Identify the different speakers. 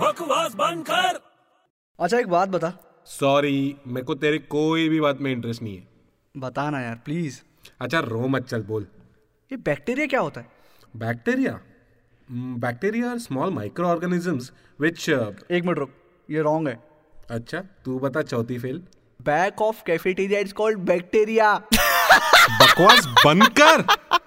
Speaker 1: बकवास बंद कर
Speaker 2: अच्छा एक बात बता
Speaker 3: सॉरी मेरे को तेरे कोई भी बात में इंटरेस्ट नहीं है
Speaker 2: बता ना यार प्लीज
Speaker 3: अच्छा रो मत चल बोल
Speaker 2: ये बैक्टीरिया क्या होता है
Speaker 3: bacteria Hmm, bacteria are small microorganisms which
Speaker 2: एक मिनट रुक ये रॉन्ग है
Speaker 3: uh, अच्छा तू बता चौथी fail
Speaker 2: back of cafeteria it's called bacteria
Speaker 4: बकवास बंद कर